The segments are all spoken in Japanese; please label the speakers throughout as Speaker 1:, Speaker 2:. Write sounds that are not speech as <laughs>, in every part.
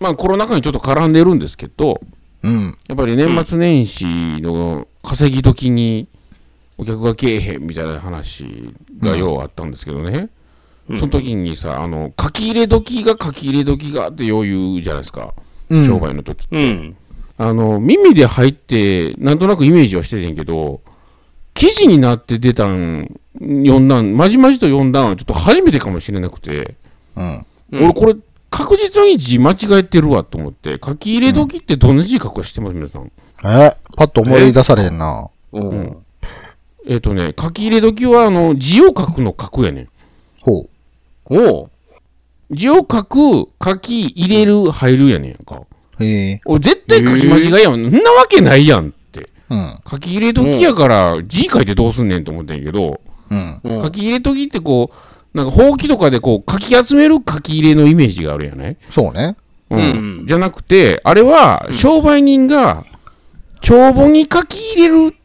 Speaker 1: まあコロナ禍にちょっと絡んでるんですけど、
Speaker 2: うん。
Speaker 1: やっぱり年末年始の稼ぎ時にお客が来えへんみたいな話がようあったんですけどね、その時にさ、あの、書き入れ時が書き入れ時がってよう言うじゃないですか、
Speaker 2: うん
Speaker 1: 商売の時。
Speaker 3: うん。
Speaker 1: あの、耳で入って、なんとなくイメージはしててんけど、記事になって出たん、読んだん、まじまじと読んだんはちょっと初めてかもしれなくて、
Speaker 2: うん。
Speaker 1: 俺これ確実に字間違えてるわと思って、書き入れ時ってどんな字書くか知ってます皆さん。
Speaker 2: えパッと思い出されへんな。
Speaker 3: うん。
Speaker 1: えっ、とね、書き入れ時は、あの、字を書くの書くやねん。
Speaker 2: ほう。
Speaker 3: おう。
Speaker 1: 字を書く、書き入れる、入るやねんか。
Speaker 2: へえ。
Speaker 1: 俺絶対書き間違いやもん。そんなわけないやんって。
Speaker 2: うん。
Speaker 1: 書き入れ時やから、字書いてどうすんねんと思ってんけど、
Speaker 2: うん。
Speaker 3: うん
Speaker 1: 書き入れ時ってこう、なんか、ほうきとかでこう、書き集める書き入れのイメージがあるやね。
Speaker 2: そうね。
Speaker 1: うん。
Speaker 3: うん
Speaker 1: じゃなくて、あれは、商売人が、帳簿に書き入れる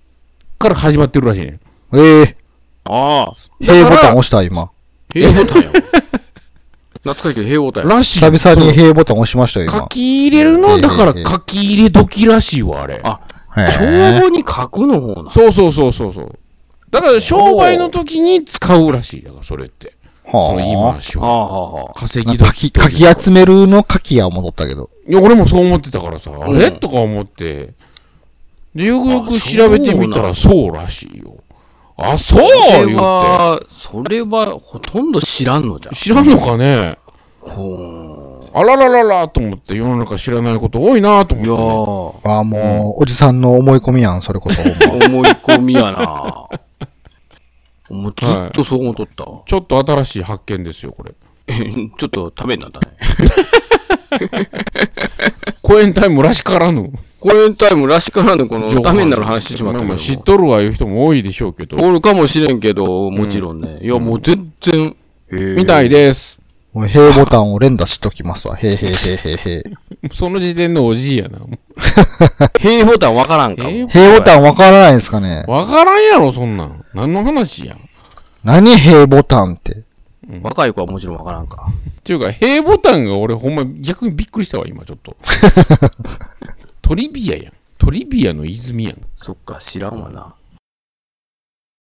Speaker 1: から始まってるらしいねん。
Speaker 2: ええ。
Speaker 3: ああ。
Speaker 2: 平ボタン押した、今。
Speaker 3: 平ボタンや。懐かしいけど平ボタンや。
Speaker 1: らしい。
Speaker 2: 久々に
Speaker 1: そう
Speaker 2: 平ボタン押しましたよ、
Speaker 1: 書
Speaker 2: 今。
Speaker 1: き入れる
Speaker 2: え
Speaker 1: の
Speaker 2: え
Speaker 1: だから
Speaker 2: ええ
Speaker 1: 書き入れ時らしいわ、あれ。
Speaker 3: あ
Speaker 2: へ
Speaker 3: 帳
Speaker 2: え。
Speaker 3: 簿に書くの方な。
Speaker 1: そうそうそうそうそう。だから商売の時に使うらしい。だからそれって。その言い
Speaker 2: は
Speaker 1: 回し
Speaker 3: あ
Speaker 1: は。
Speaker 3: あ、はあ、はあ。
Speaker 1: 稼
Speaker 2: あ。
Speaker 1: ぎ
Speaker 2: 書
Speaker 1: 時
Speaker 2: き、
Speaker 1: と
Speaker 2: 書
Speaker 1: いうか
Speaker 2: き集めるの書きや戻ったけど。
Speaker 1: いや、俺もそう思ってたからさ、あれ
Speaker 3: うん
Speaker 1: とか思って。で、よくよく調べてみたらそうらしいよ。あ、そ
Speaker 3: そ
Speaker 1: う
Speaker 3: れ
Speaker 1: 言って。
Speaker 3: は、それは、ほとんど知らんのじゃん。
Speaker 1: 知らんのかね
Speaker 3: ほ
Speaker 1: あららららと思って世の中知らないこと多いなと
Speaker 3: う。いやー、
Speaker 1: 思ってね。
Speaker 3: 思
Speaker 2: ああ、もう、おじさんの思い込みやん、それ
Speaker 1: <laughs>
Speaker 2: こそ。ほんま
Speaker 3: い込みやな。もうずっとそう思っとったわ。
Speaker 1: ちょっと新しい発見ですよ、これ。
Speaker 3: ちょっとためになったね。
Speaker 1: 公演タイムらしからぬ。
Speaker 3: 公演タイムらしからぬこのためになる話してしまったけ
Speaker 1: まあ
Speaker 3: ど
Speaker 1: あ。知っとるわいう人も多いでしょうけど。
Speaker 3: おるかもしれんけど、もちろんね。いや、もう全然。
Speaker 1: みたいです。
Speaker 2: もう平ボタンを連打しときますわ。へえへえへえへえ
Speaker 1: <laughs>
Speaker 2: へえ。
Speaker 1: その時点のおじいやな。
Speaker 3: 平ボタンわからんかも。
Speaker 2: 平ボタンわからないんですかね
Speaker 1: わからんやろ、そんなん。何の話や。っ
Speaker 2: 何平ボタンって。
Speaker 3: 若い子はもちろんわからんか。
Speaker 1: ていうか、平ボタンが俺ほんま逆にびっくりしたわ、今ちょっ
Speaker 3: <laughs>
Speaker 1: と。トリビアやん。トリビアの泉やん。
Speaker 3: そっか、知らんわな。